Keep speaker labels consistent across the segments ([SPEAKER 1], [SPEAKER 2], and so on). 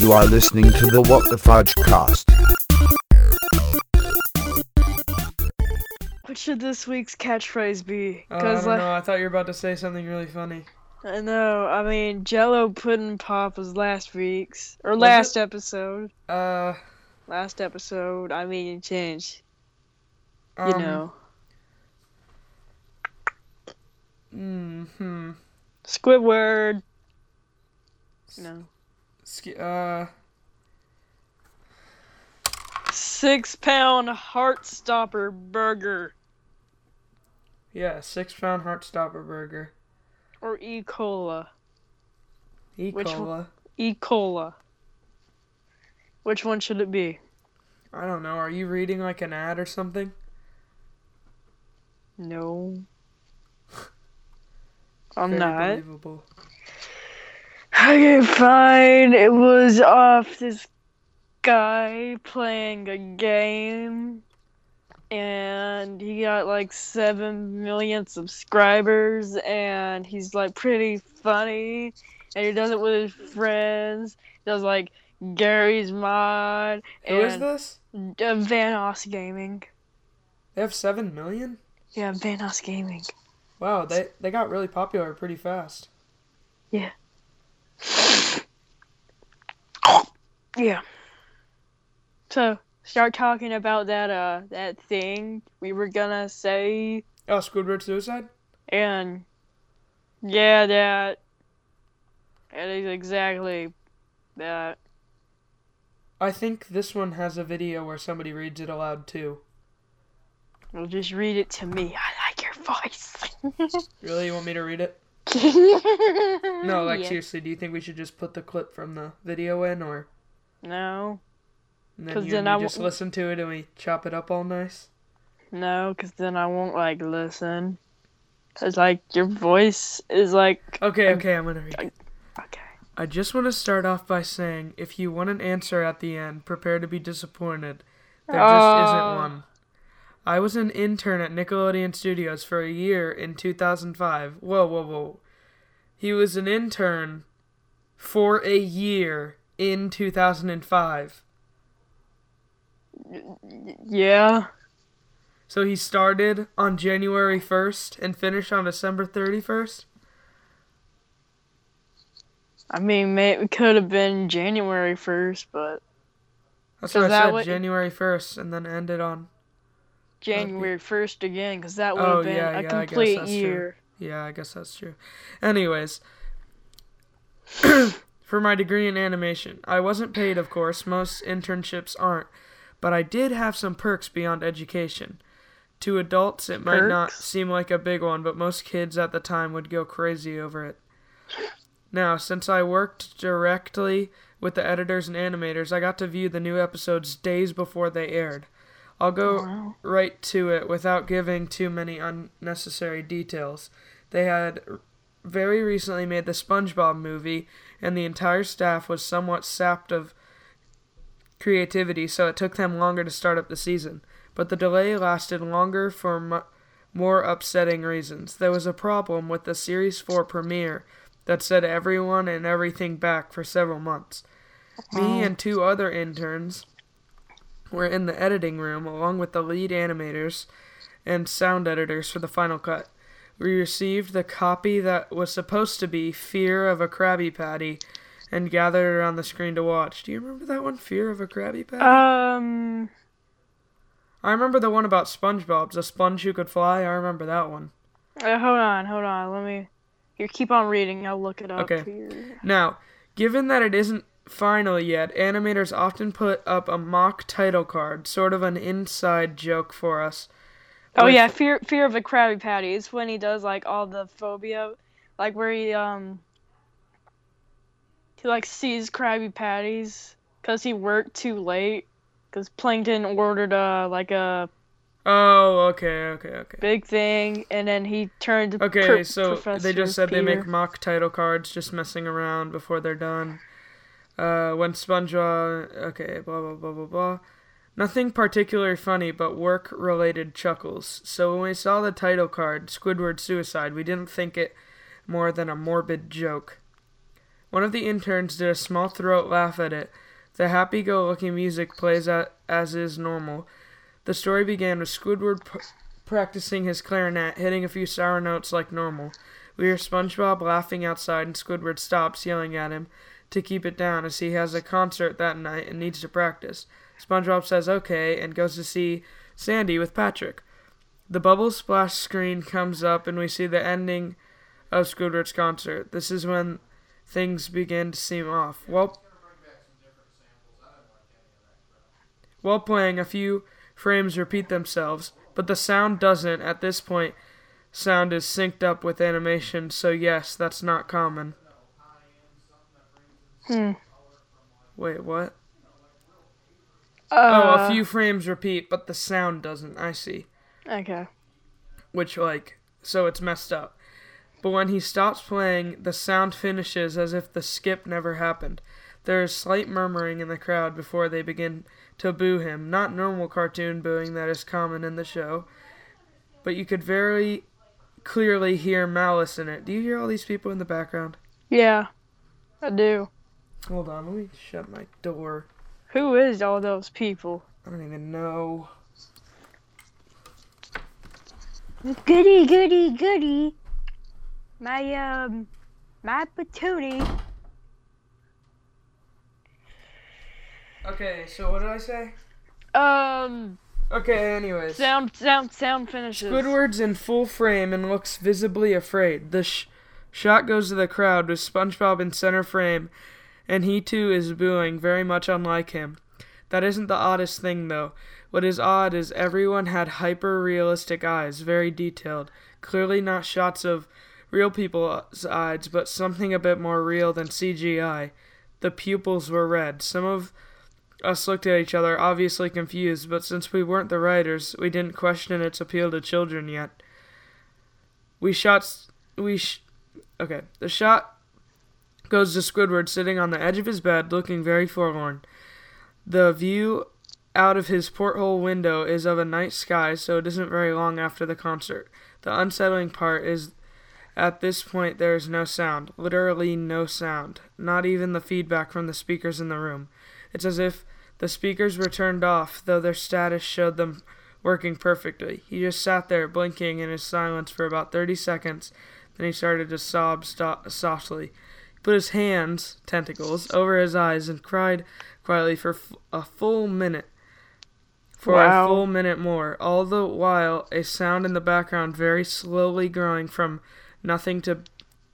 [SPEAKER 1] You are listening to the What the Fudge cast.
[SPEAKER 2] What should this week's catchphrase be?
[SPEAKER 3] Oh, I don't
[SPEAKER 2] like,
[SPEAKER 3] know. I thought you were about to say something really funny.
[SPEAKER 2] I know. I mean, Jello Pudding Pop was last week's or last episode.
[SPEAKER 3] Uh,
[SPEAKER 2] Last episode. I mean, it changed.
[SPEAKER 3] um,
[SPEAKER 2] you know,
[SPEAKER 3] Mm-hmm.
[SPEAKER 2] Squidward. No.
[SPEAKER 3] Sk- uh,
[SPEAKER 2] Six pound heart stopper burger
[SPEAKER 3] yeah, six pound heart stopper burger.
[SPEAKER 2] or E. cola.
[SPEAKER 3] E.
[SPEAKER 2] Which one-
[SPEAKER 3] cola.
[SPEAKER 2] E. cola. Which one should it be?
[SPEAKER 3] I don't know. Are you reading like an ad or something?
[SPEAKER 2] No. I'm
[SPEAKER 3] Very
[SPEAKER 2] not.
[SPEAKER 3] Believable.
[SPEAKER 2] Okay, fine. It was off this guy playing a game, and he got like 7 million subscribers, and he's like pretty funny, and he does it with his friends. does like Gary's Mod
[SPEAKER 3] Who is
[SPEAKER 2] and
[SPEAKER 3] this?
[SPEAKER 2] uh, Vanoss Gaming.
[SPEAKER 3] They have seven million.
[SPEAKER 2] Yeah, Vanoss Gaming.
[SPEAKER 3] Wow, they they got really popular pretty fast.
[SPEAKER 2] Yeah. So start talking about that uh that thing we were gonna say
[SPEAKER 3] Oh, Squidward suicide.
[SPEAKER 2] and yeah that that is exactly that.
[SPEAKER 3] I think this one has a video where somebody reads it aloud too.
[SPEAKER 2] Well just read it to me. I like your voice.
[SPEAKER 3] Really, you want me to read it? No, like seriously, do you think we should just put the clip from the video in, or
[SPEAKER 2] No,
[SPEAKER 3] and then
[SPEAKER 2] 'Cause
[SPEAKER 3] you,
[SPEAKER 2] then
[SPEAKER 3] and
[SPEAKER 2] I
[SPEAKER 3] you just
[SPEAKER 2] won't-
[SPEAKER 3] listen to it and we chop it up all nice?
[SPEAKER 2] no, because then I won't like listen. Cause like your voice is like
[SPEAKER 3] Okay, okay, I'm gonna read. it.
[SPEAKER 2] okay.
[SPEAKER 3] I just want to start off by saying, if you want an answer at the end, prepare to be disappointed. There just
[SPEAKER 2] Oh.
[SPEAKER 3] isn't one. I was an intern at Nickelodeon Studios for a year in 2005. Whoa, whoa, whoa. He was an intern for a year in 2005.
[SPEAKER 2] Yeah.
[SPEAKER 3] So he started on January 1st and finished on December 31st?
[SPEAKER 2] I mean, may- it could have been January 1st, but
[SPEAKER 3] That's what I
[SPEAKER 2] Is that
[SPEAKER 3] said,
[SPEAKER 2] what-
[SPEAKER 3] January 1st, and then ended on.
[SPEAKER 2] January 1st again, because that would
[SPEAKER 3] Oh,
[SPEAKER 2] have been
[SPEAKER 3] yeah, yeah, I
[SPEAKER 2] a
[SPEAKER 3] guess
[SPEAKER 2] complete
[SPEAKER 3] that's true.
[SPEAKER 2] year.
[SPEAKER 3] Yeah, I guess that's true. Anyways, for my degree in animation, I wasn't paid, of course, most internships aren't, but I did have some perks beyond education. To adults, it might not
[SPEAKER 2] Perks?
[SPEAKER 3] seem like a big one, but most kids at the time would go crazy over it. Now, since I worked directly with the editors and animators, I got to view the new episodes days before they aired. I'll go
[SPEAKER 2] Oh, Wow.
[SPEAKER 3] right to it without giving too many unnecessary details. They had very recently made the SpongeBob movie, and the entire staff was somewhat sapped of creativity, so it took them longer to start up the season. But the delay lasted longer for mu more upsetting reasons. There was a problem with the Series 4 premiere that set everyone and everything back for several months. Me and two other interns were in the editing room along with the lead animators and sound editors for the final cut. We received the copy that was supposed to be Fear of a Krabby Patty and gathered around the screen to watch. Do you remember that one, Fear of a Krabby Patty?
[SPEAKER 2] Um,
[SPEAKER 3] I remember the one about SpongeBob's a sponge who could fly. I remember that one.
[SPEAKER 2] uh, hold on, hold on. Let me. You keep on reading. I'll look it up.
[SPEAKER 3] Okay.
[SPEAKER 2] here.
[SPEAKER 3] Now, given that it isn't final yet, animators often put up a mock title card, sort of an inside joke for us.
[SPEAKER 2] Oh
[SPEAKER 3] With-
[SPEAKER 2] yeah, fear fear of a Krabby Patty. It's when he does like all the phobia, like where he um. He like sees Krabby Patties because he worked too late. Because Plankton ordered uh like a
[SPEAKER 3] Oh, okay, okay, okay.
[SPEAKER 2] big thing, and then he turned. to
[SPEAKER 3] Okay,
[SPEAKER 2] Pro-
[SPEAKER 3] so they
[SPEAKER 2] Professor
[SPEAKER 3] just said they
[SPEAKER 2] Peter.
[SPEAKER 3] make mock title cards just messing around before they're done. Uh, when SpongeBob, okay, blah blah blah blah blah. Nothing particularly funny, but work-related chuckles. So when we saw the title card, Squidward Suicide, we didn't think it more than a morbid joke. One of the interns did a small throat laugh at it. The happy go lucky music plays out as is normal. The story began with Squidward pr- practicing his clarinet, hitting a few sour notes like normal. We hear SpongeBob laughing outside, and Squidward stops, yelling at him to keep it down as he has a concert that night and needs to practice. SpongeBob says okay and goes to see Sandy with Patrick. The bubble splash screen comes up, and we see the ending of Squidward's concert. This is when things begin to seem off. While, while playing, a few frames repeat themselves, but the sound doesn't. At this point, sound is synced up with animation, so yes, that's not common.
[SPEAKER 2] Hmm.
[SPEAKER 3] Wait, what?
[SPEAKER 2] Uh,
[SPEAKER 3] oh, a few frames repeat, but the sound doesn't. I see.
[SPEAKER 2] Okay.
[SPEAKER 3] which like so it's messed up. But when he stops playing, the sound finishes as if the skip never happened. There is slight murmuring in the crowd before they begin to boo him, not normal cartoon booing that is common in the show, but you could very clearly hear malice in it. Do you hear all these people in the background?
[SPEAKER 2] Yeah, I do.
[SPEAKER 3] Hold on, let me shut my door.
[SPEAKER 2] Who is all those people?
[SPEAKER 3] I don't even know.
[SPEAKER 2] Goody, goody, goody. My um, my patootie.
[SPEAKER 3] Okay, so what did I say?
[SPEAKER 2] Um,
[SPEAKER 3] Okay, anyways.
[SPEAKER 2] sound, sound, sound finishes.
[SPEAKER 3] Squidward's in full frame and looks visibly afraid. The sh- shot goes to the crowd with SpongeBob in center frame, and he too is booing, very much unlike him. That isn't the oddest thing, though. What is odd is everyone had hyper realistic eyes, very detailed. Clearly not shots of real people's eyes, but something a bit more real than CGI. The pupils were red. Some of us looked at each other, obviously confused, but since we weren't the writers, we didn't question its appeal to children yet. We shot. s- We sh- Okay. The shot goes to Squidward sitting on the edge of his bed, looking very forlorn. The view out of his porthole window is of a night sky, so it isn't very long after the concert. The unsettling part is at this point there is no sound, literally no sound, not even the feedback from the speakers in the room. It's as if the speakers were turned off, though their status showed them working perfectly. He just sat there blinking in his silence for about 30 seconds, then he started to sob sto- softly. He put his hands, tentacles, over his eyes and cried quietly for f- a full minute. For
[SPEAKER 2] Wow.
[SPEAKER 3] a full minute more, all the while a sound in the background very slowly growing from nothing to,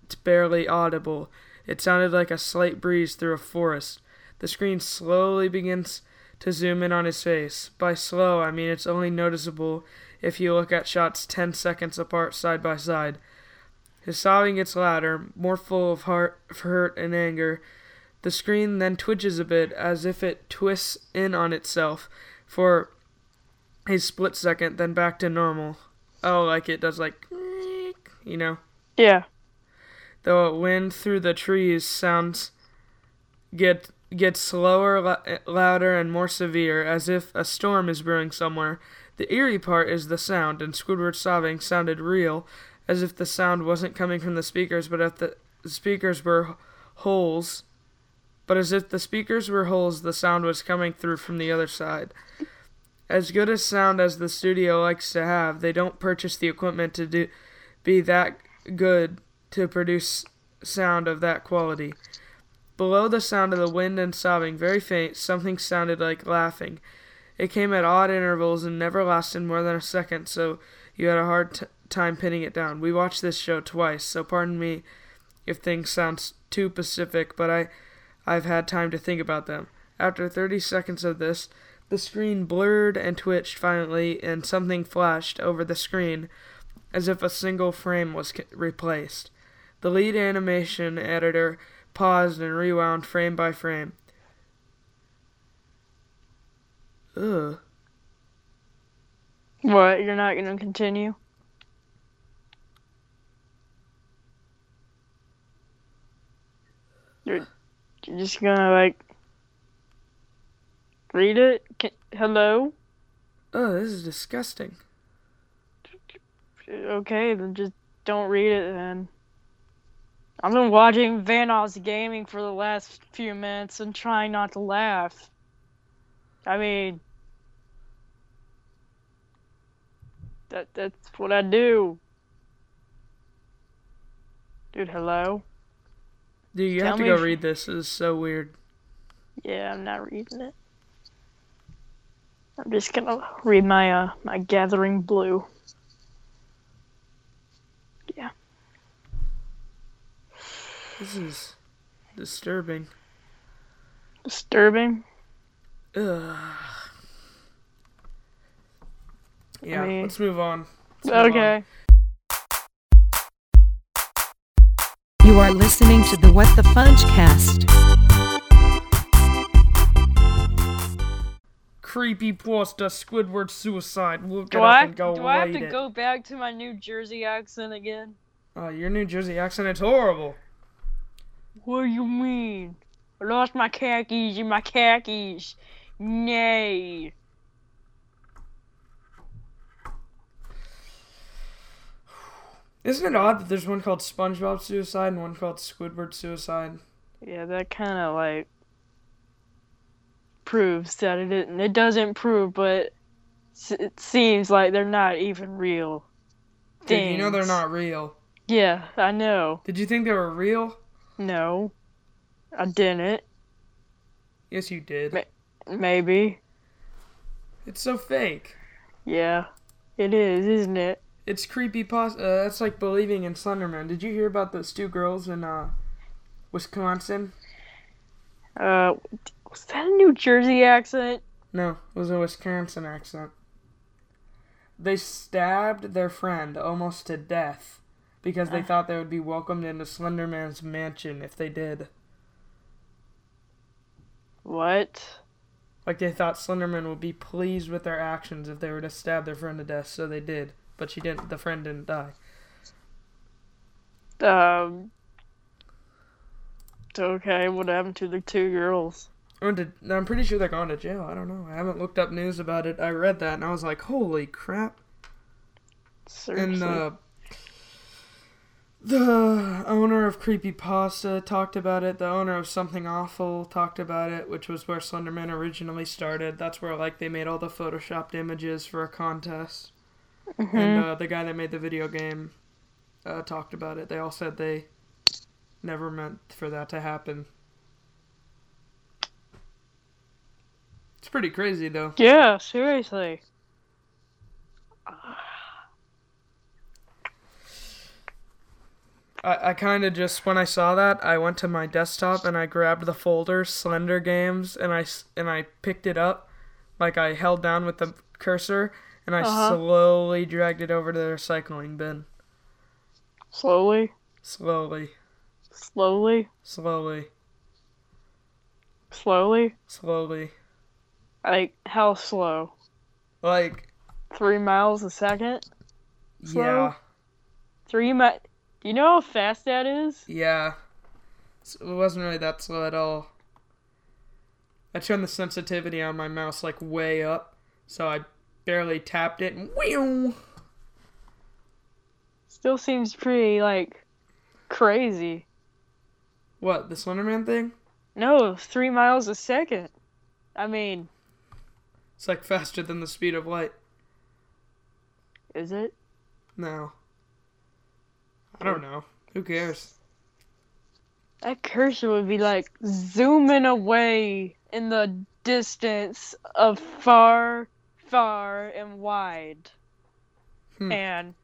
[SPEAKER 3] to barely audible. It sounded like a slight breeze through a forest. The screen slowly begins to zoom in on his face. By slow, I mean it's only noticeable if you look at shots 10 seconds apart side by side. His sobbing gets louder, more full of heart, of hurt and anger. The screen then twitches a bit as if it twists in on itself for a split second, then back to normal. Oh, like it does, like, you know
[SPEAKER 2] Yeah. What? You're not gonna continue? You're, you're just gonna like read it? Can, hello?
[SPEAKER 3] Oh, this is disgusting.
[SPEAKER 2] Okay, then just don't read it then. I've been watching Vanoss Gaming for the last few minutes and trying not to laugh. I mean, that that's what I do. Dude, hello?
[SPEAKER 3] Dude, you
[SPEAKER 2] Tell
[SPEAKER 3] have to
[SPEAKER 2] me
[SPEAKER 3] go
[SPEAKER 2] if-
[SPEAKER 3] read this. This is so weird.
[SPEAKER 2] Yeah, I'm not reading it. I'm just gonna read my uh my Gathering Blue.
[SPEAKER 3] This is disturbing.
[SPEAKER 2] Disturbing.
[SPEAKER 3] Ugh. Yeah,
[SPEAKER 2] mean-
[SPEAKER 3] let's move on. Let's move on.
[SPEAKER 2] Okay.
[SPEAKER 4] You are listening to the What the Fudgecast.
[SPEAKER 3] Creepy pasta Squidward suicide. Look
[SPEAKER 2] Do
[SPEAKER 3] it
[SPEAKER 2] I,
[SPEAKER 3] up and go
[SPEAKER 2] do I have
[SPEAKER 3] read
[SPEAKER 2] to
[SPEAKER 3] it.
[SPEAKER 2] go back to my New Jersey accent again?
[SPEAKER 3] Oh, your New Jersey accent is horrible.
[SPEAKER 2] What do you mean? I lost my khakis and my khakis. Nay.
[SPEAKER 3] Isn't it odd that there's one called SpongeBob Suicide and one called Squidward Suicide?
[SPEAKER 2] Yeah, that kind of like proves that it isn't. It doesn't prove, but s- it seems like they're not even real.
[SPEAKER 3] Dude, you know they're
[SPEAKER 2] things.
[SPEAKER 3] not real.
[SPEAKER 2] Yeah, I know.
[SPEAKER 3] Did you think they were real?
[SPEAKER 2] No, I didn't.
[SPEAKER 3] Yes, you did.
[SPEAKER 2] Ma- Maybe.
[SPEAKER 3] It's so fake.
[SPEAKER 2] Yeah, it is, isn't it?
[SPEAKER 3] It's creepy pasta. Uh, that's like believing in Slenderman. Did you hear about those two girls in uh, Wisconsin?
[SPEAKER 2] Uh, was that a New Jersey accent?
[SPEAKER 3] No, it was a Wisconsin accent. They stabbed their friend almost to death because they thought they would be welcomed into Slenderman's mansion if they did.
[SPEAKER 2] What?
[SPEAKER 3] Like they thought Slenderman would be pleased with their actions if they were to stab their friend to death, so they did. But she didn't. The friend didn't die.
[SPEAKER 2] Um. Okay, what happened to the two girls?
[SPEAKER 3] Went to- I'm pretty sure they're going to jail. I don't know. I haven't looked up news about it. I read that and I was like, holy crap.
[SPEAKER 2] Seriously.
[SPEAKER 3] And uh, the owner of Creepypasta talked about it. The owner of Something Awful talked about it, which was where Slenderman originally started. That's where like they made all the photoshopped images for a contest. And uh, the guy that made the video game uh, talked about it. They all said they never meant for that to happen. It's pretty crazy though.
[SPEAKER 2] Yeah, seriously.
[SPEAKER 3] I, I kind of just when I saw that I went to my desktop and I grabbed the folder Slender Games and I s- and I picked it up, like I held down with the cursor and I slowly dragged it over to the recycling bin.
[SPEAKER 2] Slowly,
[SPEAKER 3] Slowly,
[SPEAKER 2] slowly,
[SPEAKER 3] slowly,
[SPEAKER 2] slowly.
[SPEAKER 3] slowly.
[SPEAKER 2] Like how slow?
[SPEAKER 3] Like
[SPEAKER 2] Three miles a second?
[SPEAKER 3] yeah,
[SPEAKER 2] Slow? Three mi- Do you know how fast that is?
[SPEAKER 3] yeah. S- It wasn't really that slow at all. I turned the sensitivity on my mouse like way up, so I barely tapped it and whew.
[SPEAKER 2] Still seems pretty like crazy.
[SPEAKER 3] What the Slenderman thing?
[SPEAKER 2] No, three miles a second. I mean,
[SPEAKER 3] It's like faster than the speed of light.
[SPEAKER 2] is it?
[SPEAKER 3] No. I don't know. Who cares?
[SPEAKER 2] That cursor would be like zooming away in the distance of far, far and wide.
[SPEAKER 3] Hmm.
[SPEAKER 2] And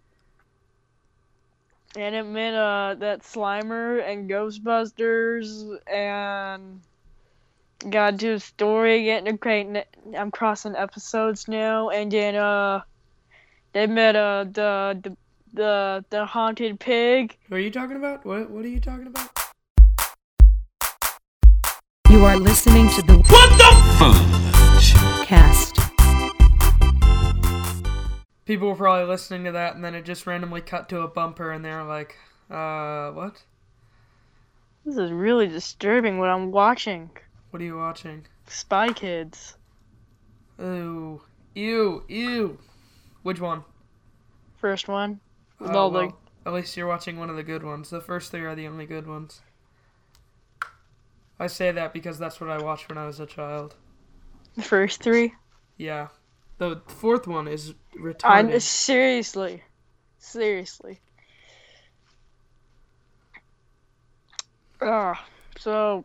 [SPEAKER 2] and it meant uh that Slimer and Ghostbusters and got into a story getting okay n- I'm crossing episodes now and then uh they met uh the the the, the haunted pig
[SPEAKER 3] Who are you talking about? What What are you talking about?
[SPEAKER 4] You are listening to the What the Fudgecast.
[SPEAKER 3] People were probably listening to that, and then it just randomly cut to a bumper, and they're like, "Uh, what?
[SPEAKER 2] This is really disturbing what I'm watching.
[SPEAKER 3] What are you watching?
[SPEAKER 2] Spy Kids.
[SPEAKER 3] Ooh, ew, ew. Which one?
[SPEAKER 2] First one. With
[SPEAKER 3] Uh,
[SPEAKER 2] all
[SPEAKER 3] well,
[SPEAKER 2] the
[SPEAKER 3] At least you're watching one of the good ones. The first three are the only good ones. I say that because that's what I watched when I was a child.
[SPEAKER 2] The first three.
[SPEAKER 3] Yeah. The fourth one is
[SPEAKER 2] I
[SPEAKER 3] retarded.
[SPEAKER 2] seriously, seriously. Ah, so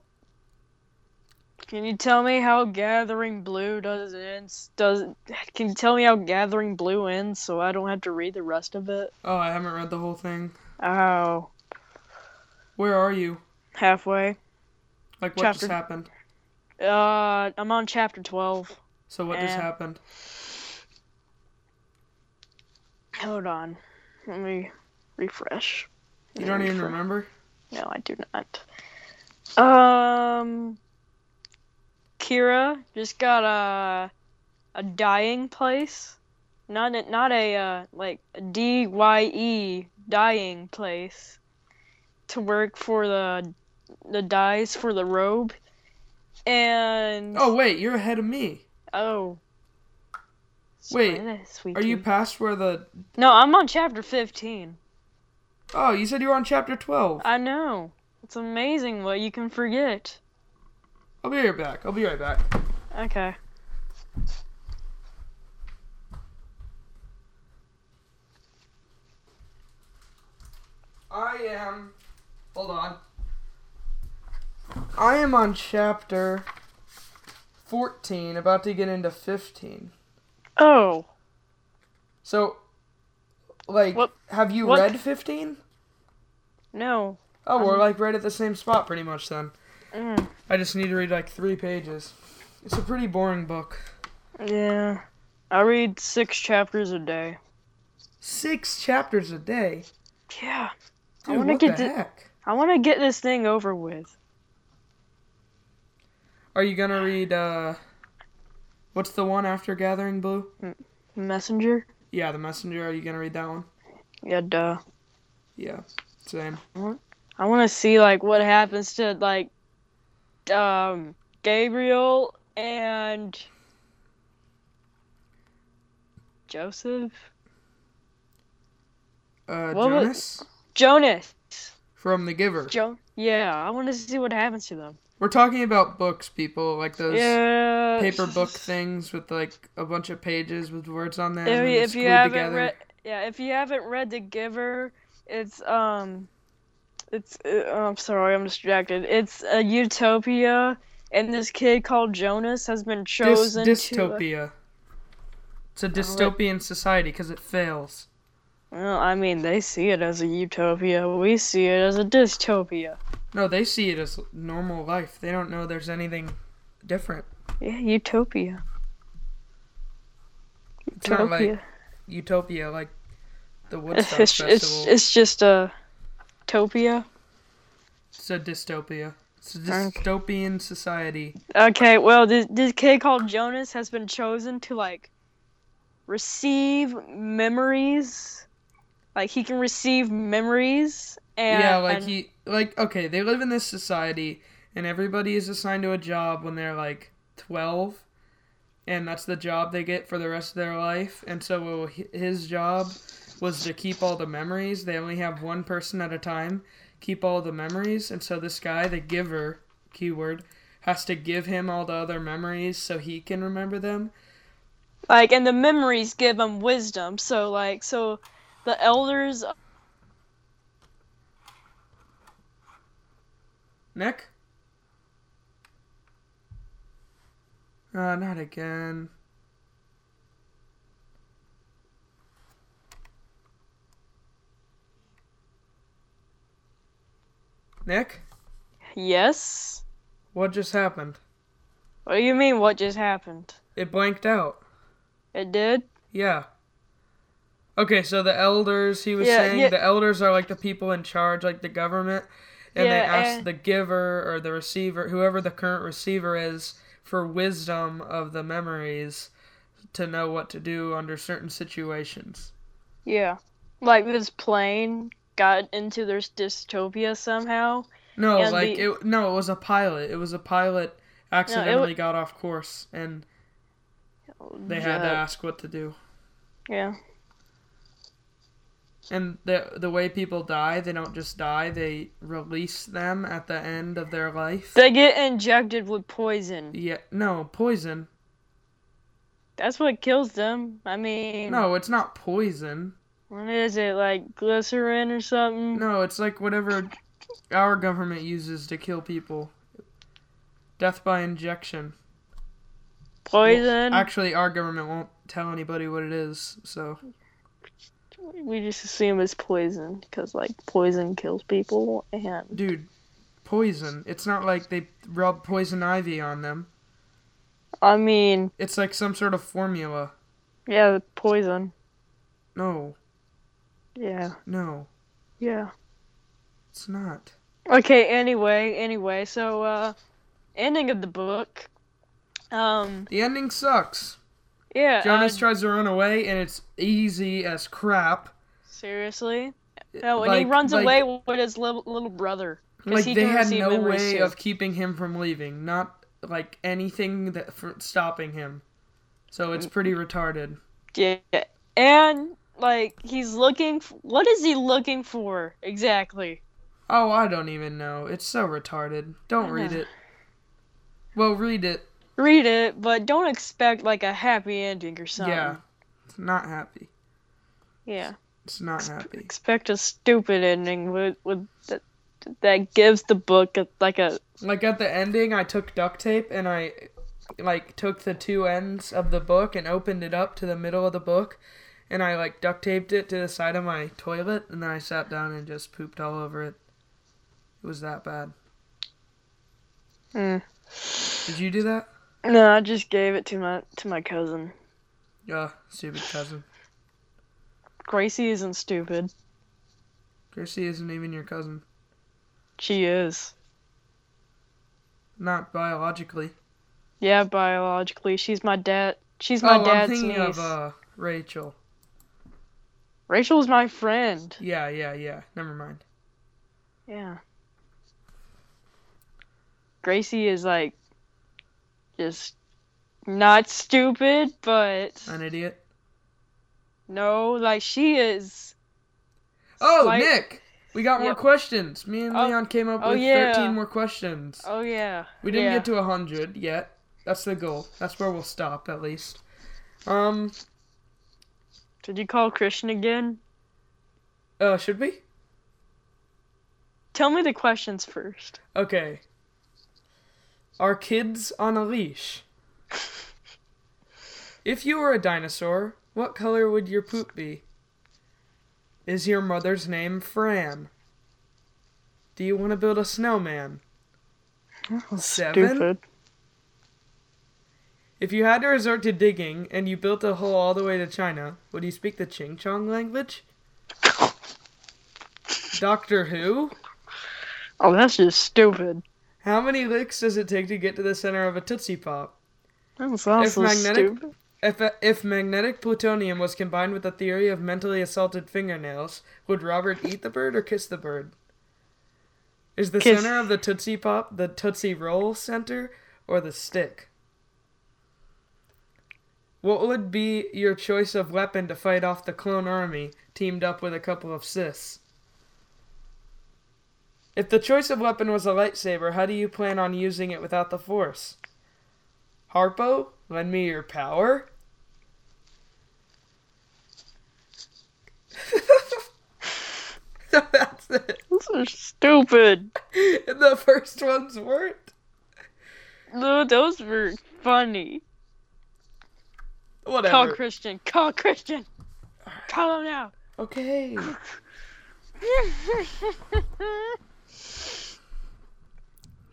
[SPEAKER 2] can you tell me how Gathering Blue does ends? Does can you tell me how Gathering Blue ends so I don't have to read the rest of it?
[SPEAKER 3] Oh, I haven't read the whole thing.
[SPEAKER 2] Oh,
[SPEAKER 3] Where are you?
[SPEAKER 2] halfway.
[SPEAKER 3] Like, what just
[SPEAKER 2] Chapter.
[SPEAKER 3] happened?
[SPEAKER 2] Uh, I'm on chapter twelve.
[SPEAKER 3] So, what just
[SPEAKER 2] Eh.
[SPEAKER 3] happened?
[SPEAKER 2] Hold on, let me refresh.
[SPEAKER 3] You don't even
[SPEAKER 2] Refresh.
[SPEAKER 3] remember?
[SPEAKER 2] No, I do not. Um, Kira just got a a dying place, not a, not a uh, like D Y E dying place, to work for the the dyes for the robe, and
[SPEAKER 3] Oh, wait, you're ahead of me.
[SPEAKER 2] oh.
[SPEAKER 3] Wait,
[SPEAKER 2] Sorry, that's
[SPEAKER 3] Are
[SPEAKER 2] sweetie.
[SPEAKER 3] you past where the.
[SPEAKER 2] No, I'm on chapter fifteen.
[SPEAKER 3] Oh, you said you were on chapter 12.
[SPEAKER 2] I know. It's amazing what you can forget.
[SPEAKER 3] I'll be right back. I'll be right back.
[SPEAKER 2] Okay.
[SPEAKER 3] I am. Hold on. I am on chapter 14, about to get into 15.
[SPEAKER 2] Oh.
[SPEAKER 3] So, like,
[SPEAKER 2] What-
[SPEAKER 3] have you
[SPEAKER 2] what-
[SPEAKER 3] read 15?
[SPEAKER 2] No.
[SPEAKER 3] Oh, we're like right at the same spot pretty much then.
[SPEAKER 2] Um, Mm.
[SPEAKER 3] I just need to read like three pages. It's a pretty boring book.
[SPEAKER 2] Yeah. I read six chapters a day.
[SPEAKER 3] Six chapters a day.
[SPEAKER 2] Yeah. I
[SPEAKER 3] Dude,
[SPEAKER 2] wanna
[SPEAKER 3] what
[SPEAKER 2] get
[SPEAKER 3] the
[SPEAKER 2] to-
[SPEAKER 3] heck?
[SPEAKER 2] I want to get this thing over with.
[SPEAKER 3] Are you gonna read, uh. What's the one after Gathering Blue?
[SPEAKER 2] Messenger?
[SPEAKER 3] Yeah, The Messenger. Are you gonna read that one?
[SPEAKER 2] Yeah, duh.
[SPEAKER 3] Yeah, same.
[SPEAKER 2] I want to see, like, what happens to, like, um, Gabriel and. Joseph?
[SPEAKER 3] Uh,
[SPEAKER 2] What was-
[SPEAKER 3] Jonas?
[SPEAKER 2] Jonas!
[SPEAKER 3] From The Giver.
[SPEAKER 2] Jo- yeah, I want to see what happens to them.
[SPEAKER 3] We're talking about books, people. Like those
[SPEAKER 2] Yeah.
[SPEAKER 3] paper book things with like a bunch of pages with words on them.
[SPEAKER 2] if,
[SPEAKER 3] and
[SPEAKER 2] you-
[SPEAKER 3] it's
[SPEAKER 2] if you
[SPEAKER 3] glued
[SPEAKER 2] haven't
[SPEAKER 3] together.
[SPEAKER 2] read yeah if you haven't read the giver it's um it's uh, i'm sorry i'm distracted it's a utopia and this kid called jonas has been
[SPEAKER 3] Dys-
[SPEAKER 2] chosen to
[SPEAKER 3] dystopia. It's a dystopian society because it fails.
[SPEAKER 2] well i mean they see it as a utopia we see it as a dystopia
[SPEAKER 3] No, they see it as normal life. They don't know there's anything different.
[SPEAKER 2] yeah utopia
[SPEAKER 3] It's not like-
[SPEAKER 2] Utopia.
[SPEAKER 3] Utopia, like the Woodstock
[SPEAKER 2] it's,
[SPEAKER 3] Festival.
[SPEAKER 2] it's, it's just a topia
[SPEAKER 3] It's a dystopia. It's a
[SPEAKER 2] Okay.
[SPEAKER 3] dystopian society.
[SPEAKER 2] Okay, well, this, this kid called Jonas has been chosen to like receive memories. Like he can receive memories and
[SPEAKER 3] yeah, like he, like okay, they live in this society, and everybody is assigned to a job when they're like twelve, and that's the job they get for the rest of their life. And so hi- his job was to keep all the memories. They only have one person at a time keep all the memories, and so this guy, the giver, keyword, has to give him all the other memories so he can remember them.
[SPEAKER 2] like and the memories give him wisdom. So like so the elders
[SPEAKER 3] Nick? Uh, not again. Nick,
[SPEAKER 2] Yes.
[SPEAKER 3] what just happened?
[SPEAKER 2] What do you mean what just happened?
[SPEAKER 3] It blanked out.
[SPEAKER 2] It did?
[SPEAKER 3] Yeah. Okay, so the elders, he was
[SPEAKER 2] Yeah,
[SPEAKER 3] saying
[SPEAKER 2] yeah.
[SPEAKER 3] the elders are like the people in charge, like the government, and they
[SPEAKER 2] Yeah,
[SPEAKER 3] ask
[SPEAKER 2] and-
[SPEAKER 3] the giver or the receiver, whoever the current receiver is, for wisdom of the memories to know what to do under certain situations.
[SPEAKER 2] Yeah. Like this plane got into their dystopia somehow.
[SPEAKER 3] No,
[SPEAKER 2] And
[SPEAKER 3] like
[SPEAKER 2] the-
[SPEAKER 3] it no, it was a pilot. It was a pilot accidentally got off course and they had to
[SPEAKER 2] Yeah.
[SPEAKER 3] ask what to do.
[SPEAKER 2] Yeah.
[SPEAKER 3] and the the way people die, they don't just die; they release them at the end of their life.
[SPEAKER 2] They get injected with poison.
[SPEAKER 3] yeah, no poison.
[SPEAKER 2] That's what kills them. I mean,
[SPEAKER 3] No, it's not poison.
[SPEAKER 2] what is it like glycerin or something?
[SPEAKER 3] No, it's like whatever our government uses to kill people. Death by injection.
[SPEAKER 2] Poison.
[SPEAKER 3] Actually, our government won't tell anybody what it is, so
[SPEAKER 2] we just assume it's poison because like poison kills people and
[SPEAKER 3] dude, poison. It's not like they rub poison ivy on them.
[SPEAKER 2] I mean,
[SPEAKER 3] It's like some sort of formula.
[SPEAKER 2] yeah, poison.
[SPEAKER 3] No,
[SPEAKER 2] Yeah,
[SPEAKER 3] no,
[SPEAKER 2] yeah.
[SPEAKER 3] it's not.
[SPEAKER 2] Okay, anyway, anyway, so uh ending of the book. Um
[SPEAKER 3] The ending sucks.
[SPEAKER 2] yeah,
[SPEAKER 3] Jonas
[SPEAKER 2] uh,
[SPEAKER 3] tries to run away, and it's easy as crap.
[SPEAKER 2] seriously. No, and he
[SPEAKER 3] eh, Like-
[SPEAKER 2] runs
[SPEAKER 3] like-
[SPEAKER 2] away with his little, little brother. 'cause
[SPEAKER 3] Like
[SPEAKER 2] he
[SPEAKER 3] they
[SPEAKER 2] can
[SPEAKER 3] had
[SPEAKER 2] receive
[SPEAKER 3] no
[SPEAKER 2] memories
[SPEAKER 3] way
[SPEAKER 2] too.
[SPEAKER 3] of keeping him from leaving. Not like anything that for stopping him. So it's pretty retarded.
[SPEAKER 2] Yeah, and like he's looking. F- what is he looking for exactly?
[SPEAKER 3] Oh, I don't even know. It's so retarded. Don't read
[SPEAKER 2] know.
[SPEAKER 3] it. Well, read it.
[SPEAKER 2] Read it, but don't expect like a happy ending or something.
[SPEAKER 3] Yeah. It's not happy.
[SPEAKER 2] yeah.
[SPEAKER 3] It's not happy.
[SPEAKER 2] Expect a stupid ending with with that that gives the book a, like a
[SPEAKER 3] Like at the ending, I took duct tape and I like took the two ends of the book and opened it up to the middle of the book and I like duct taped it to the side of my toilet and then I sat down and just pooped all over it. It was that bad.
[SPEAKER 2] Mm.
[SPEAKER 3] Did you do that?
[SPEAKER 2] no. I just gave it to my to my cousin.
[SPEAKER 3] Yeah, stupid cousin.
[SPEAKER 2] Gracie isn't stupid.
[SPEAKER 3] Gracie isn't even your cousin.
[SPEAKER 2] She is.
[SPEAKER 3] Not biologically.
[SPEAKER 2] Yeah, biologically, she's my dad. She's my
[SPEAKER 3] oh, I'm
[SPEAKER 2] dad's
[SPEAKER 3] thinking
[SPEAKER 2] niece.
[SPEAKER 3] of uh, Rachel.
[SPEAKER 2] Rachel's my friend.
[SPEAKER 3] Yeah, yeah, yeah. Never mind.
[SPEAKER 2] Yeah. Gracie is like just not stupid, but
[SPEAKER 3] An idiot.
[SPEAKER 2] no, like she is.
[SPEAKER 3] Oh,
[SPEAKER 2] Slight-
[SPEAKER 3] Nick! We got more
[SPEAKER 2] Yeah.
[SPEAKER 3] questions. Me and
[SPEAKER 2] Oh,
[SPEAKER 3] Leon came up
[SPEAKER 2] oh,
[SPEAKER 3] with
[SPEAKER 2] yeah.
[SPEAKER 3] 13 more questions.
[SPEAKER 2] Oh yeah.
[SPEAKER 3] we didn't
[SPEAKER 2] yeah.
[SPEAKER 3] get to 100 yet. That's the goal. That's where we'll stop, at least. Um,
[SPEAKER 2] Did you call Christian again?
[SPEAKER 3] uh, should we?
[SPEAKER 2] Tell me the questions first.
[SPEAKER 3] Okay. Are kids on a leash? if you were a dinosaur, what color would your poop be? Is your mother's name Fran? Do you want to build a snowman? Seven?
[SPEAKER 2] Stupid.
[SPEAKER 3] If you had to resort to digging and you built a hole all the way to China, would you speak the Ching Chong language? Doctor Who?
[SPEAKER 2] Oh, that's just stupid.
[SPEAKER 3] How many licks does it take to get to the center of a Tootsie Pop?
[SPEAKER 2] That's also
[SPEAKER 3] magnetic-
[SPEAKER 2] stupid.
[SPEAKER 3] If, if magnetic plutonium was combined with the theory of mentally assaulted fingernails, would Robert eat the bird or kiss the bird? Is the
[SPEAKER 2] Kiss.
[SPEAKER 3] center of the Tootsie Pop the Tootsie Roll center or the stick? What would be your choice of weapon to fight off the clone army teamed up with a couple of sis? If the choice of weapon was a lightsaber, how do you plan on using it without the force? Harpo, lend me your power? so that's it.
[SPEAKER 2] This is stupid.
[SPEAKER 3] And the first ones weren't.
[SPEAKER 2] No, those were funny. Call
[SPEAKER 3] Whatever.
[SPEAKER 2] Christian. Call Christian. Call him now.
[SPEAKER 3] Okay.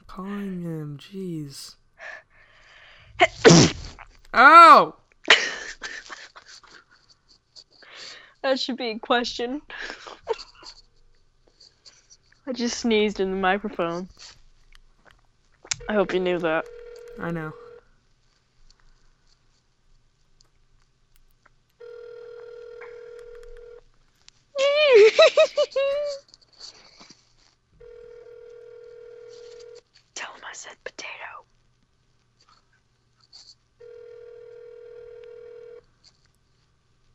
[SPEAKER 3] Calling him, jeez. Ow!
[SPEAKER 2] that should be a question. I just sneezed in the microphone. I hope you knew that.
[SPEAKER 3] I know.
[SPEAKER 2] Tell him I said potato.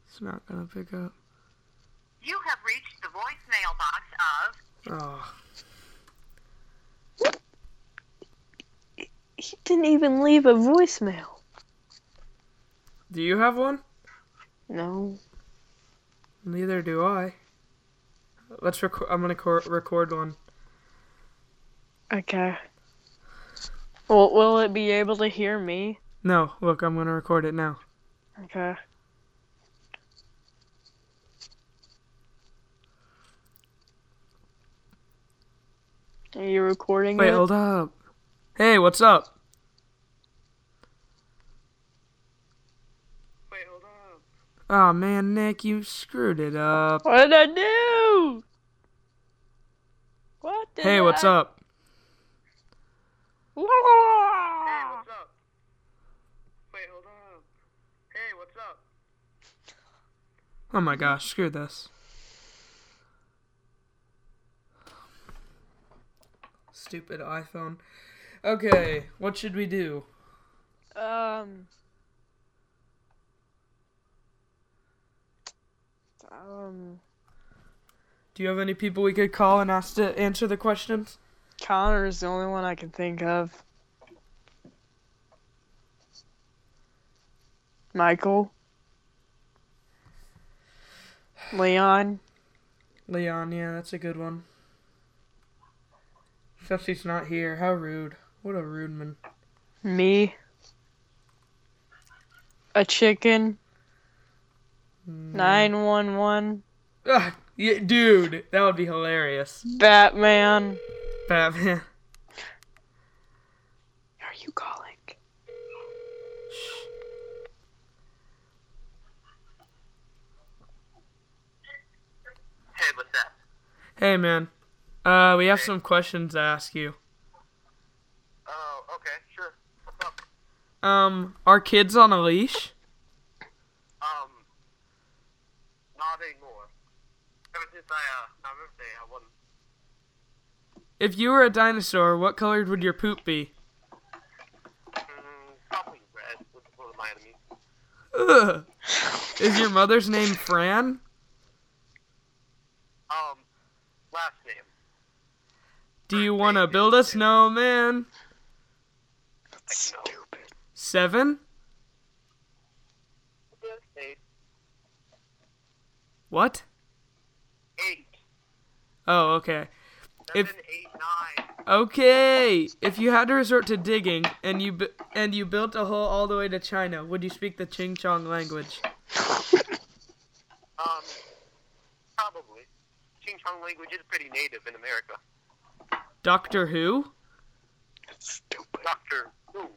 [SPEAKER 3] It's not gonna pick up.
[SPEAKER 5] You have reached
[SPEAKER 3] Oh,
[SPEAKER 2] He didn't even leave a voicemail.
[SPEAKER 3] do you have one?
[SPEAKER 2] No.
[SPEAKER 3] Neither do I. Let's record. I'm gonna cor- record one.
[SPEAKER 2] Okay. Well, will it be able to hear me?
[SPEAKER 3] No, look, I'm gonna record it now.
[SPEAKER 2] Okay. Are you recording
[SPEAKER 3] Wait,
[SPEAKER 2] it?
[SPEAKER 3] hold up. Hey, what's up? Wait, hold up. Oh man, Nick, you screwed it up.
[SPEAKER 2] What did I do? What did
[SPEAKER 3] Hey, what's
[SPEAKER 2] I-
[SPEAKER 3] up?
[SPEAKER 5] Ah. up? Wait, hold up. Hey, what's up?
[SPEAKER 3] Oh my gosh, screw this. Stupid iPhone. Okay, what should we do?
[SPEAKER 2] Um. Um.
[SPEAKER 3] Do you have any people we could call and ask to answer the questions?
[SPEAKER 2] Connor is the only one I can think of. Michael. Leon.
[SPEAKER 3] Leon, yeah, that's a good one. Chelsea's not here. How rude. What a rude man.
[SPEAKER 2] Me. A chicken. Hmm. 911.
[SPEAKER 3] Ah, yeah, dude, that would be hilarious.
[SPEAKER 2] Batman.
[SPEAKER 3] Batman.
[SPEAKER 2] Are you calling?
[SPEAKER 5] Hey, what's up?
[SPEAKER 3] Hey, man. Uh, we have some questions to ask you.
[SPEAKER 5] Oh, okay, sure. What's up?
[SPEAKER 3] Um, are kids on a leash?
[SPEAKER 5] Um, not anymore. Ever since I, uh, my birthday, I wasn't.
[SPEAKER 3] If you were a dinosaur, what colored would your poop be?
[SPEAKER 5] Mm, probably red, which is one of my enemies.
[SPEAKER 3] Ugh. Is your mother's name Fran?
[SPEAKER 5] Um, last name.
[SPEAKER 3] Do you want to build a snowman?
[SPEAKER 2] Stupid.
[SPEAKER 3] Seven?
[SPEAKER 5] Eight.
[SPEAKER 3] What?
[SPEAKER 5] Eight.
[SPEAKER 3] Oh, okay. If-
[SPEAKER 5] Seven, eight, nine.
[SPEAKER 3] Okay, if you had to resort to digging and you bu- and you built a hole all the way to China, would you speak the Ching Chong language?
[SPEAKER 5] Um, probably. Ching Chong language is pretty native in America.
[SPEAKER 3] Doctor Who?
[SPEAKER 2] Stupid.
[SPEAKER 5] Doctor Who.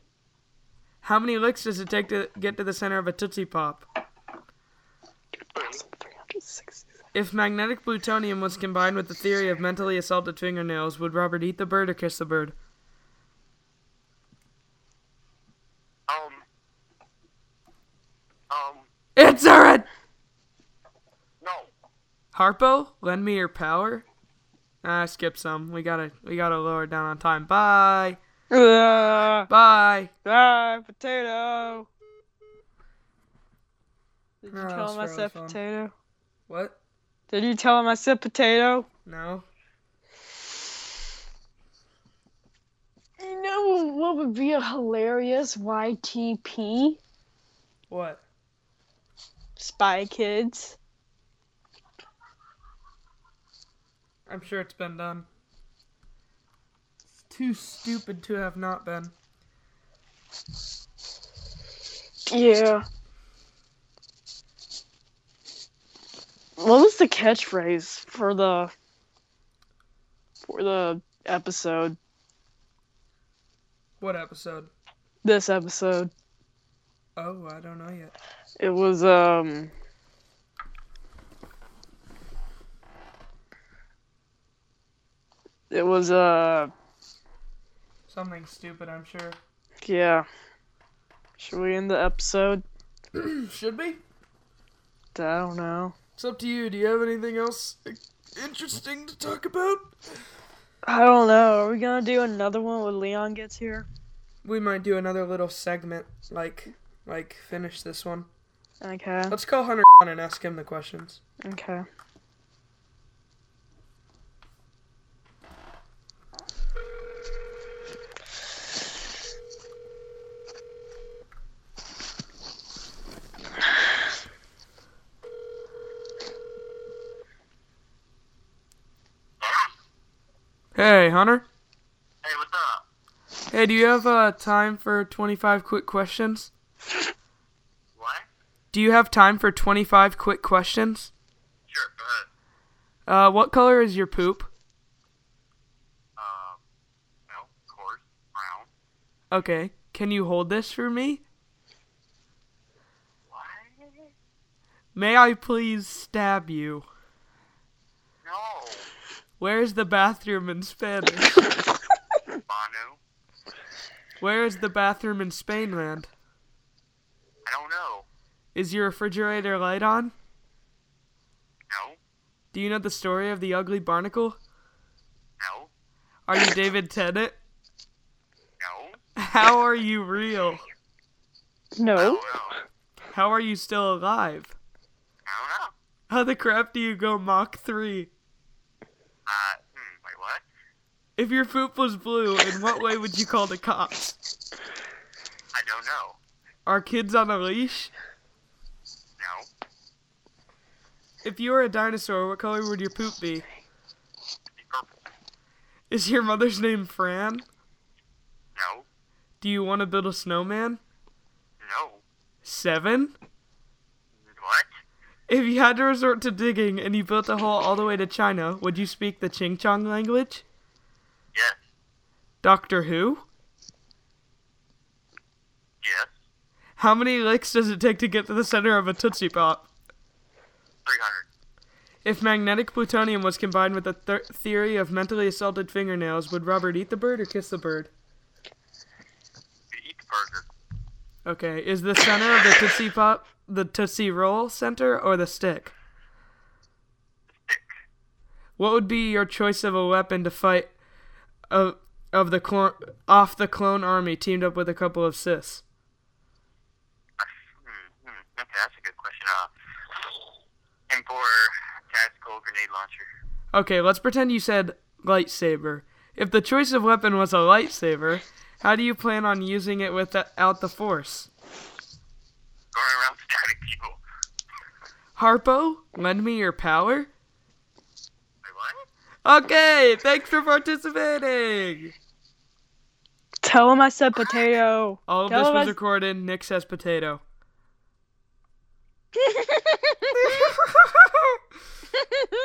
[SPEAKER 3] How many licks does it take to get to the center of a Tootsie Pop?
[SPEAKER 2] 360.
[SPEAKER 3] If magnetic plutonium was combined with the theory of mentally assaulted fingernails, would Robert eat the bird or kiss the bird?
[SPEAKER 5] Um, um,
[SPEAKER 3] Answer it!
[SPEAKER 5] no.
[SPEAKER 3] Harpo, lend me your power. Ah, skip some. We gotta we gotta lower it down on time. Bye.
[SPEAKER 2] Ah,
[SPEAKER 3] Bye.
[SPEAKER 2] ah, potato. Did you
[SPEAKER 3] Oh,
[SPEAKER 2] tell him I
[SPEAKER 3] that's really
[SPEAKER 2] said
[SPEAKER 3] fun.
[SPEAKER 2] potato?
[SPEAKER 3] What?
[SPEAKER 2] Did you tell him I said potato?
[SPEAKER 3] No.
[SPEAKER 2] You know what would be a hilarious YTP?
[SPEAKER 3] What?
[SPEAKER 2] Spy Kids.
[SPEAKER 3] I'm sure it's been done. It's too stupid to have not been.
[SPEAKER 2] Yeah. What was the catchphrase for the for the episode?
[SPEAKER 3] What episode?
[SPEAKER 2] This episode.
[SPEAKER 3] Oh, I don't know yet.
[SPEAKER 2] It was um It was uh
[SPEAKER 3] Something stupid, I'm sure.
[SPEAKER 2] yeah. Should we end the episode?
[SPEAKER 3] Should be.
[SPEAKER 2] I don't know.
[SPEAKER 3] It's up to you. Do you have anything else i- interesting to talk about?
[SPEAKER 2] I don't know. Are we gonna do another one when Leon gets here?
[SPEAKER 3] We might do another little segment, like, like finish this one.
[SPEAKER 2] Okay.
[SPEAKER 3] Let's call Hunter and ask him the questions.
[SPEAKER 2] Okay.
[SPEAKER 3] Hey, Hunter.
[SPEAKER 5] Hey, what's up?
[SPEAKER 3] Hey, do you have uh, time for 25 quick questions?
[SPEAKER 5] What?
[SPEAKER 3] Do you have time for 25 quick questions?
[SPEAKER 5] Sure, go ahead.
[SPEAKER 3] Uh, what color is your poop?
[SPEAKER 5] Um, no, of course, brown.
[SPEAKER 3] Okay. Can you hold this for me?
[SPEAKER 5] What?
[SPEAKER 3] May I please stab you?
[SPEAKER 5] No.
[SPEAKER 3] Where is the bathroom in Spanish?
[SPEAKER 5] Bono?
[SPEAKER 3] Where is the bathroom in Spainland?
[SPEAKER 5] I don't know.
[SPEAKER 3] Is your refrigerator light on?
[SPEAKER 5] No,
[SPEAKER 3] Do you know the story of the ugly barnacle?
[SPEAKER 5] no,
[SPEAKER 3] Are you David Tennant?
[SPEAKER 5] no.
[SPEAKER 3] How are you real?
[SPEAKER 5] I
[SPEAKER 2] No.
[SPEAKER 5] don't know.
[SPEAKER 3] How are you still alive?
[SPEAKER 5] I don't know.
[SPEAKER 3] How the crap do you go Mach 3?
[SPEAKER 5] Uh, hmm, wait, what?
[SPEAKER 3] If your poop was blue, in what way would you call the cops?
[SPEAKER 5] I don't know.
[SPEAKER 3] Are kids on a leash?
[SPEAKER 5] No,
[SPEAKER 3] If you were a dinosaur, what color would your poop be?
[SPEAKER 5] be purple.
[SPEAKER 3] Is your mother's name Fran?
[SPEAKER 5] No,
[SPEAKER 3] Do you want to build a snowman?
[SPEAKER 5] no.
[SPEAKER 3] Seven?
[SPEAKER 5] What?
[SPEAKER 3] If you had to resort to digging and you built a hole all the way to China, would you speak the Ching Chong language?
[SPEAKER 5] Yes,
[SPEAKER 3] Doctor Who?
[SPEAKER 5] yes.
[SPEAKER 3] How many licks does it take to get to the center of a Tootsie Pop?
[SPEAKER 5] 300.
[SPEAKER 3] If magnetic plutonium was combined with the th- theory of mentally assaulted fingernails, would Robert eat the bird or kiss the bird?
[SPEAKER 5] You eat the burger.
[SPEAKER 3] Okay, is the center of the Tootsie Pop the Tootsie Roll center or the stick?
[SPEAKER 5] Stick.
[SPEAKER 3] What would be your choice of a weapon to fight of, of the clone, off the clone army teamed up with a couple of sis?
[SPEAKER 5] Hmm, hmm. Okay, that's a good question. Uh, M4 tactical grenade launcher.
[SPEAKER 3] Okay, let's pretend you said lightsaber. If the choice of weapon was a lightsaber, how do you plan on using it without the force?
[SPEAKER 5] Going around stabbing people.
[SPEAKER 3] Harpo, lend me your power?
[SPEAKER 5] Wait, what?
[SPEAKER 3] Okay, thanks for participating!
[SPEAKER 2] Tell him I said potato.
[SPEAKER 3] All of
[SPEAKER 2] Tell
[SPEAKER 3] this
[SPEAKER 2] him
[SPEAKER 3] was
[SPEAKER 2] I-
[SPEAKER 3] recorded. Nick says potato.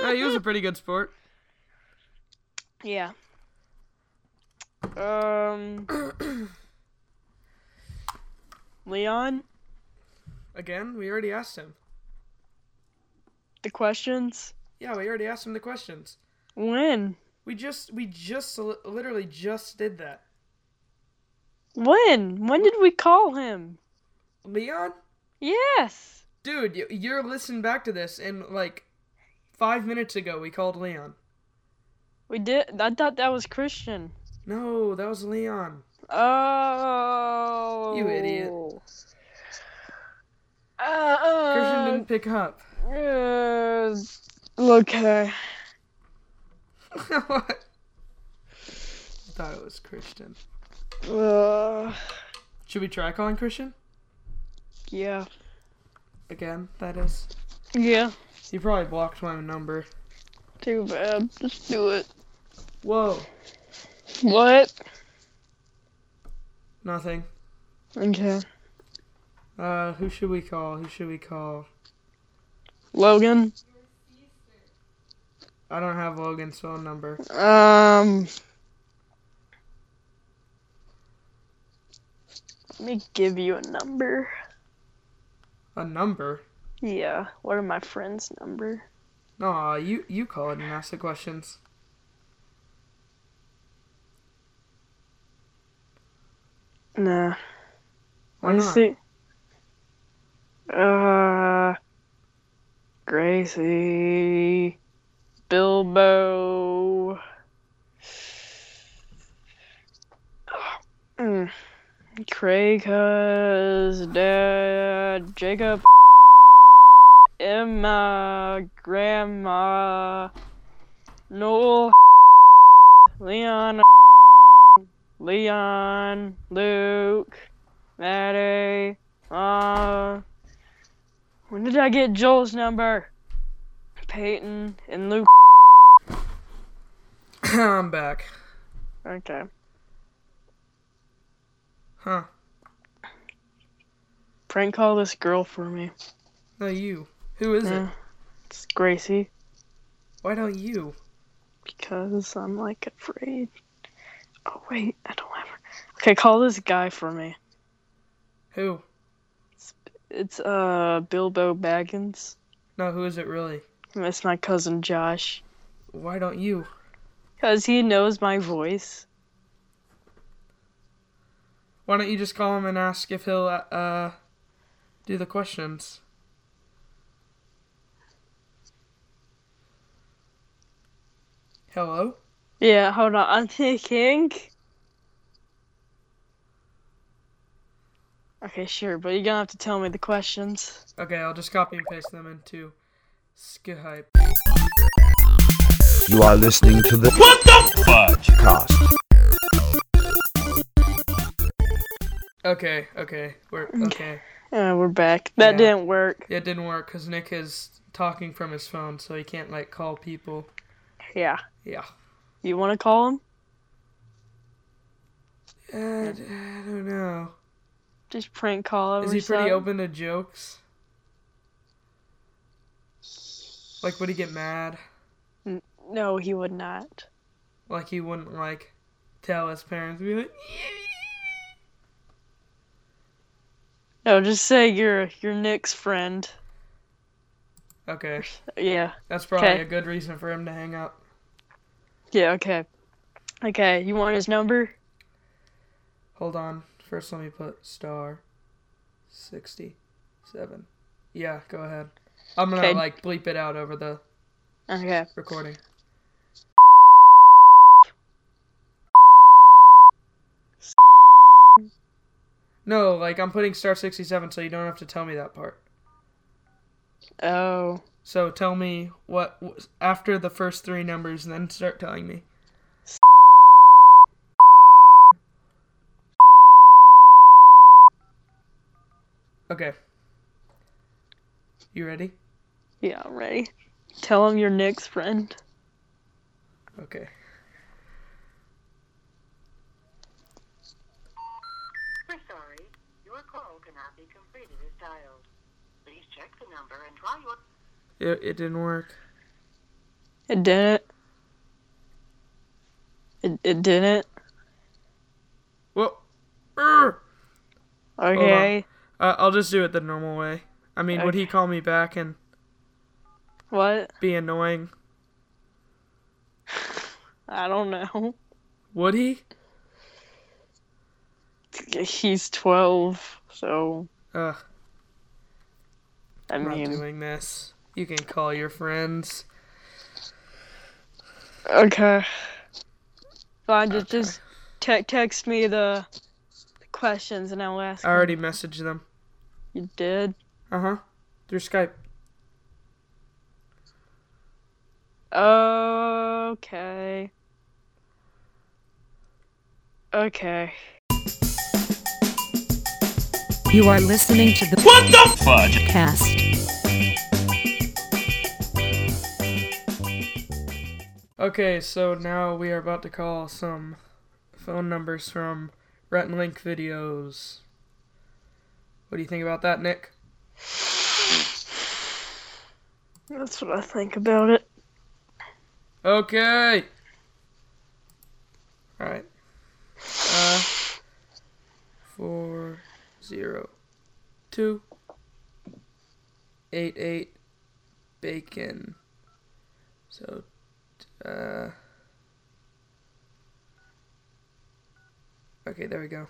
[SPEAKER 3] Yeah, he was a pretty good sport.
[SPEAKER 2] Yeah. Um. Leon,
[SPEAKER 3] Again, we already asked him.
[SPEAKER 2] the questions.
[SPEAKER 3] Yeah, we already asked him the questions.
[SPEAKER 2] When?
[SPEAKER 3] We just, we just, li- literally just did that.
[SPEAKER 2] When? When did we call him?
[SPEAKER 3] Leon,
[SPEAKER 2] Yes.
[SPEAKER 3] dude, you- you're listening back to this, and like five minutes ago, we called Leon.
[SPEAKER 2] We did. I thought that was Christian.
[SPEAKER 3] No, that was Leon.
[SPEAKER 2] Oh.
[SPEAKER 3] You idiot. Christian
[SPEAKER 2] Uh,
[SPEAKER 3] didn't pick up.
[SPEAKER 2] uh, okay.
[SPEAKER 3] what? I thought it was Christian.
[SPEAKER 2] Uh,
[SPEAKER 3] Should we try calling Christian?
[SPEAKER 2] yeah.
[SPEAKER 3] Again, that is.
[SPEAKER 2] Yeah.
[SPEAKER 3] He probably blocked my number.
[SPEAKER 2] Too bad. Let's do it.
[SPEAKER 3] Whoa.
[SPEAKER 2] What?
[SPEAKER 3] Nothing.
[SPEAKER 2] Okay.
[SPEAKER 3] Uh, who should we call? Who should we call?
[SPEAKER 2] Logan.
[SPEAKER 3] I don't have Logan's phone number.
[SPEAKER 2] Um. Let me give you a number.
[SPEAKER 3] A number?
[SPEAKER 2] Yeah. What are my friends' number?
[SPEAKER 3] No, you you call it and ask the questions.
[SPEAKER 2] Nah.
[SPEAKER 3] Why
[SPEAKER 2] Let me
[SPEAKER 3] not?
[SPEAKER 2] see. Uh, Gracie, Bilbo. Mm. Craig has dad, Jacob, Emma, Grandma, Noel, Leon, Leon, Luke. Maddie. Uh, when did I get Joel's number? Peyton and Luke.
[SPEAKER 3] I'm back.
[SPEAKER 2] Okay.
[SPEAKER 3] Huh.
[SPEAKER 2] Prank call this girl for me.
[SPEAKER 3] No, you. Who is
[SPEAKER 2] Yeah.
[SPEAKER 3] it?
[SPEAKER 2] It's Gracie
[SPEAKER 3] Why don't you?
[SPEAKER 2] because I'm like afraid. Oh wait, I don't have her. Okay, call this guy for me.
[SPEAKER 3] Who?
[SPEAKER 2] It's uh Bilbo Baggins.
[SPEAKER 3] No, who is it really?
[SPEAKER 2] It's my cousin Josh.
[SPEAKER 3] Why don't you?
[SPEAKER 2] Cause he knows my voice.
[SPEAKER 3] Why don't you just call him and ask if he'll uh, uh do the questions? Hello?
[SPEAKER 2] Yeah, hold on. I'm thinking. Okay, sure, but you're gonna have to tell me the questions.
[SPEAKER 3] Okay, I'll just copy and paste them into Skype.
[SPEAKER 1] You are listening to the What the Fudge Cast.
[SPEAKER 3] Okay, okay, we're okay.
[SPEAKER 2] Uh, we're back. That
[SPEAKER 3] Yeah.
[SPEAKER 2] didn't work.
[SPEAKER 3] Yeah, it didn't work because Nick is talking from his phone, so he can't like call people.
[SPEAKER 2] Yeah.
[SPEAKER 3] Yeah.
[SPEAKER 2] You want to call him?
[SPEAKER 3] Uh, I don't know.
[SPEAKER 2] Just prank call him.
[SPEAKER 3] Is
[SPEAKER 2] or
[SPEAKER 3] he pretty
[SPEAKER 2] something?
[SPEAKER 3] open to jokes? Like, would he get mad?
[SPEAKER 2] No, he would not.
[SPEAKER 3] Like, he wouldn't, like, tell his parents, be like,
[SPEAKER 2] No, just say you're you're Nick's friend.
[SPEAKER 3] okay,
[SPEAKER 2] Yeah.
[SPEAKER 3] that's probably
[SPEAKER 2] Okay.
[SPEAKER 3] a good reason for him to hang up.
[SPEAKER 2] Yeah. Okay. Okay. You want his number?
[SPEAKER 3] Hold on. First, let me put star 67. Yeah, go ahead. I'm gonna,
[SPEAKER 2] Okay.
[SPEAKER 3] like, bleep it out over the
[SPEAKER 2] Okay.
[SPEAKER 3] recording. No, like, I'm putting star 67 so you don't have to tell me that part.
[SPEAKER 2] Oh.
[SPEAKER 3] So tell me what was after the first three numbers, and then start telling me. Okay. You ready?
[SPEAKER 2] Yeah. I'm ready. Tell him you're Nick's friend.
[SPEAKER 3] Okay.
[SPEAKER 6] We're sorry. Your call cannot be completed as dialed. Please check the number and try your
[SPEAKER 3] It, it didn't work.
[SPEAKER 2] It didn't. It, it didn't.
[SPEAKER 3] Well, er, on.
[SPEAKER 2] Okay.
[SPEAKER 3] uh, I'll just do it the normal way. I mean, would he call me back and
[SPEAKER 2] What?
[SPEAKER 3] be annoying?
[SPEAKER 2] I don't know.
[SPEAKER 3] Would he?
[SPEAKER 2] He's 12, so
[SPEAKER 3] Ugh,
[SPEAKER 2] I
[SPEAKER 3] I'm not
[SPEAKER 2] mean.
[SPEAKER 3] doing this. You can call your friends.
[SPEAKER 2] Okay. Fine. Just just te- text me the, the questions and I'll ask.
[SPEAKER 3] I
[SPEAKER 2] him.
[SPEAKER 3] already messaged them.
[SPEAKER 2] You did.
[SPEAKER 3] Uh huh. Through Skype.
[SPEAKER 2] Okay. Okay.
[SPEAKER 4] You are listening to the What the Fudge cast.
[SPEAKER 3] Okay, so now we are about to call some phone numbers from Rhett and Link videos. What do you think about that, Nick?
[SPEAKER 2] That's what I think about it.
[SPEAKER 3] Okay. All right. Uh, four zero two eight eight bacon. So, uh, okay, there we go.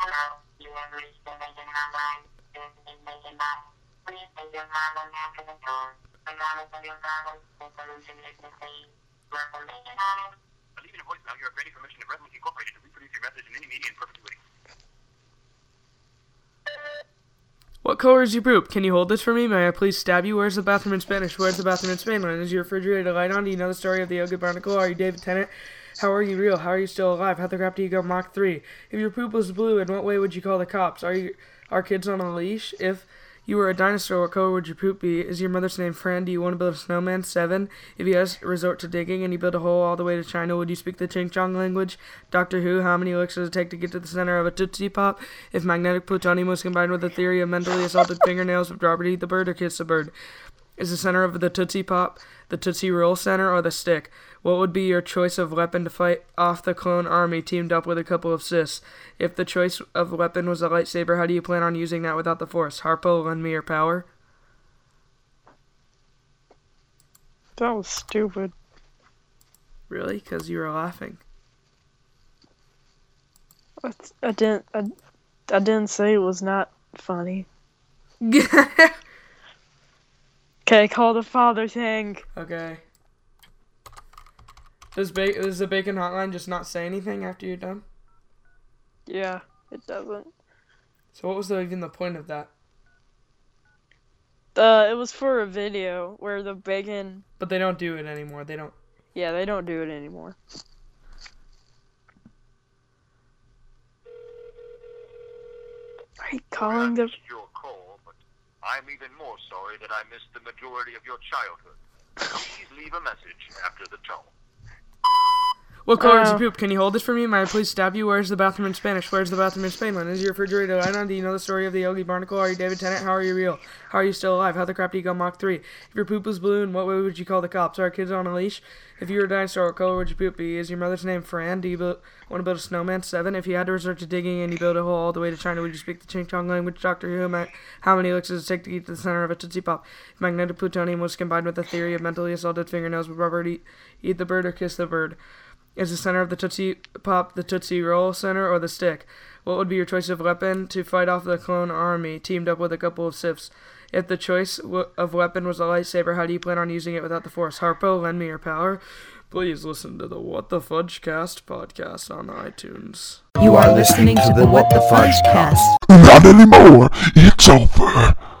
[SPEAKER 6] Hello, you have reached the Bacon Hotline. This is Bacon Box. Please state your problem after the tone. Regardless of your problem, the solution is the same. Welcome, Bacon Hotline.
[SPEAKER 5] I'm leaving a voicemail. You have granted permission to Redlink Incorporated to reproduce your message in any media in perpetuity.
[SPEAKER 3] What color is your poop? Can you hold this for me? May I please stab you? Where's the bathroom in Spanish? Where's the bathroom in Spanish? Is your refrigerator light on? Do you know the story of the Yoga Barnacle? Are you David Tennant? How are you real? How are you still alive? How the crap do you go Mach 3? If your poop was blue, in what way would you call the cops? Are you are kids on a leash? If you were a dinosaur, what color would your poop be? Is your mother's name Fran? Do you want to build a snowman? Seven. If yes, resort to digging and you build a hole all the way to China. Would you speak the Ching Chong language? Doctor Who, how many licks does it take to get to the center of a Tootsie Pop? If magnetic plutonium was combined with the theory of mentally assaulted fingernails, would Robert eat the bird or kiss the bird? Is the center of the Tootsie Pop the Tootsie Roll Center or the stick? What would be your choice of weapon to fight off the clone army teamed up with a couple of sis? If the choice of weapon was a lightsaber, how do you plan on using that without the force? Harpo, lend me your power?
[SPEAKER 2] That was stupid.
[SPEAKER 3] Really? Because you were laughing.
[SPEAKER 2] I, I didn't. I, I didn't say it was not funny.
[SPEAKER 3] okay.
[SPEAKER 2] Okay, call the father thing.
[SPEAKER 3] Does, ba- does the bacon hotline just not say anything after you're done?
[SPEAKER 2] Yeah, it doesn't.
[SPEAKER 3] So what was the, even the point of that?
[SPEAKER 2] Uh, it was for a video where the bacon.
[SPEAKER 3] But they don't do it anymore. They don't.
[SPEAKER 2] Yeah, they don't do it anymore. Are you calling the?
[SPEAKER 5] Perhaps your call, but I'm even more sorry that I missed the majority of your childhood. Please leave a message after the tone.
[SPEAKER 3] What color is your
[SPEAKER 2] Oh.
[SPEAKER 3] poop? Can you hold this for me? May I please stab you? Where's the bathroom in Spanish? Where's the bathroom in Spain? When is your refrigerator light on? Do you know the story of the Yogi Barnacle? Are you David Tennant? How are you real? How are you still alive? How the crap do you go Mach 3? If your poop was blue, in what way would you call the cops? Are kids on a leash? If you were a dinosaur, what color would your poop be? Is your mother's name Fran? Do you build, want to build a snowman? 7. If you had to resort to digging and you build a hole all the way to China, would you speak the Ching Chong language? Doctor Who, ma- how many licks does it take to get to the center of a Tootsie Pop? If magnetic plutonium was combined with the theory of mentally assaulted fingernails, would Robert eat, eat the bird or kiss the bird? Is the center of the Tootsie Pop the Tootsie Roll Center or the stick? What would be your choice of weapon to fight off the clone army teamed up with a couple of sips? If the choice w- of weapon was a lightsaber, how do you plan on using it without the force? Harpo, lend me your power. Please listen to the What the Fudge Cast podcast on iTunes.
[SPEAKER 4] You are listening to the What the Fudge Cast.
[SPEAKER 7] Not anymore. It's over.